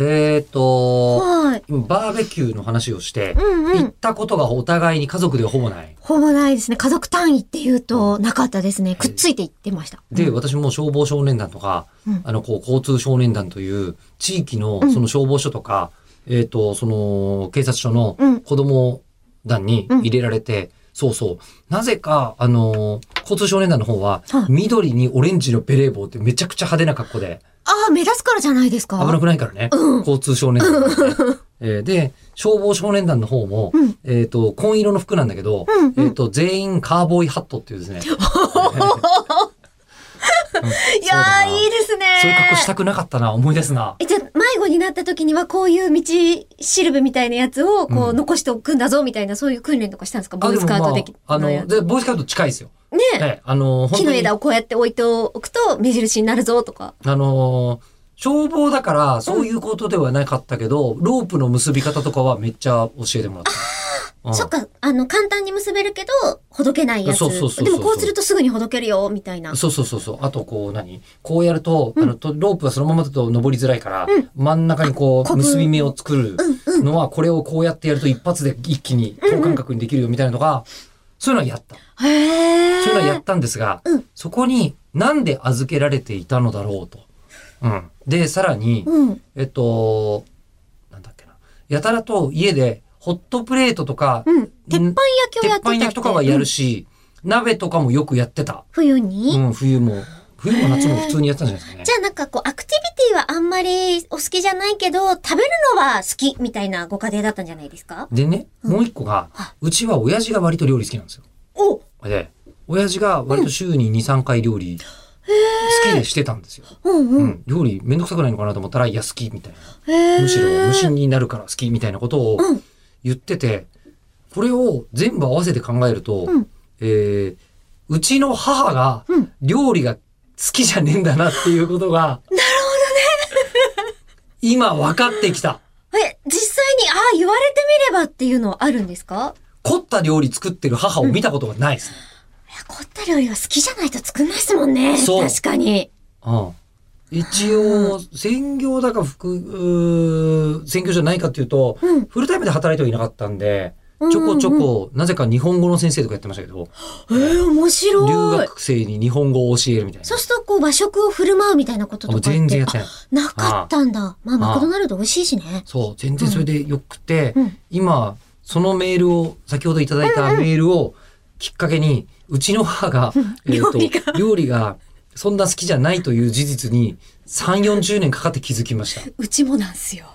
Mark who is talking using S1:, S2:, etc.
S1: えーと、
S2: はい。
S1: 今バーベキューの話をして、
S2: うんう
S1: 行っ
S2: ん。
S1: たことがお互いに家族ではほぼない。
S2: ほぼないですね。家族単位って言うとなかったですね。くっついていってました。
S1: で、
S2: うん
S1: 私も消防少年団とか、
S2: うん
S1: あの、こう、交通少年団という、地域の
S2: うん、
S1: その消防署とか、えっ、と、その、警察署の
S2: うん
S1: 子供団に入れられて、そうそう。なぜか、あのー交通少年団の方は
S2: はい、
S1: 緑にオレンジのベレー帽ってめちゃくちゃ派手な格好で、
S2: ああ、目立つからじゃないですか。
S1: 危なくないからね。
S2: うん
S1: 交通少年団、ね えーで、消防少年団の方も、
S2: うん
S1: えっ、と、紺色の服なんだけど、
S2: うんうん
S1: えっ、と、全員カーボーイハットっていうですね。
S2: いや
S1: そうだな
S2: ー、いいですね。
S1: そういう格好したくなかったな、思い出すな。
S2: え、じゃあ、迷子になった時には、こういう道しるべみたいなやつを、こ
S1: う
S2: う、
S1: ん
S2: 残しておくんだぞ、みたいな、そういう訓練とかしたんですかボーイスカートでき
S1: あでもまああ
S2: や
S1: の、
S2: つ。
S1: で、ボーイスカート近いですよ。
S2: ねえ
S1: ね、あの、本
S2: 木
S1: 当
S2: の
S1: に、
S2: 枝
S1: あ
S2: をこうやって置いておくと、目印になるぞ、とか。
S1: の、消防だから、そういうことではなかったけど、ロープの結び方とかはめっちゃ教えてもらった。うん
S2: そっか、あの、簡単に結べるけど、ほどけないやつ。
S1: そうそうそうそう
S2: でも、こうするとすぐにほどけるよ、みたいな。
S1: そうそうそうそう。あと、こう、何こうやると、あの、とロープはそのままだと登りづらいから、真ん中にこ
S2: こ
S1: う、
S2: ぶ
S1: 結び目を作るのは、これをこうやってやると一発で一気に等間隔にできるよみたいなのが、そういうのはやった。
S2: へえ。
S1: そういうのはやったんですが、
S2: うん
S1: そこになんで預けられていたのだろうと。うん。で、さらに、
S2: うん。
S1: えっと、なんだっけな。やたらと家でホットプレートとか、
S2: うん。鉄板焼きを
S1: 鉄
S2: やって
S1: 板
S2: たって。
S1: 焼きとかはやる
S2: うん
S1: し、鍋とかもよくやってた。
S2: 冬
S1: う
S2: に、
S1: ん、冬も。冬も夏も普通にやってたんじゃないですかね。
S2: じゃあなんかこう、アクティビティはあんまりお好きじゃないけど、食べるのは好きみたいなご家庭だったんじゃないですか
S1: でね、
S2: うん
S1: もう一個が
S2: あ、
S1: うちは親父が割と料理好きなんですよ。
S2: お
S1: で、親父が割と週に2、3回料理、好きでしてたんですよ。
S2: うんう。
S1: うんん。料理めんどくさくないのかなと思ったら、いや、好きみたいな。
S2: へー
S1: むしろ無心になるから好きみたいなことを
S2: うん
S1: 言ってて、これを全部合わせて考えると、
S2: うん
S1: えーうちの母が
S2: うん
S1: 料理が好きじゃねえんだなっていうことが、なるほどね。今分かってきた。
S2: え、実際に、ああ、言われてみればっていうのはあるんですか
S1: 凝った料理作ってる母を見たことがないですね。
S2: いや凝った料理は好きじゃないと作んないですもんね。
S1: そう
S2: 確かに。
S1: うん一応、専業だか副、うー専業じゃないかっていうと、
S2: うん
S1: フルタイムで働いてはいなかったんで、
S2: うん
S1: ちょこちょこ、なぜか日本語の先生とかやってましたけど、
S2: えー、面
S1: 留
S2: 白い。
S1: 学生に日本語を教えるみたいな。
S2: そうすると、こう、和食を振る舞うみたいなこととかって。
S1: 全然やって
S2: あ
S1: ない。
S2: なかったんだ。まあ、マクドナルド美味しいしね。
S1: そう、全然それでよくて、
S2: うん
S1: 今、そのメールを、先ほどいただいたメールをきっかけに、うちの母 が、えー
S2: 料理が
S1: 料理が、そんな好きじゃないという事実に、3、40年かかって気づきました。
S2: うちもなんすよ。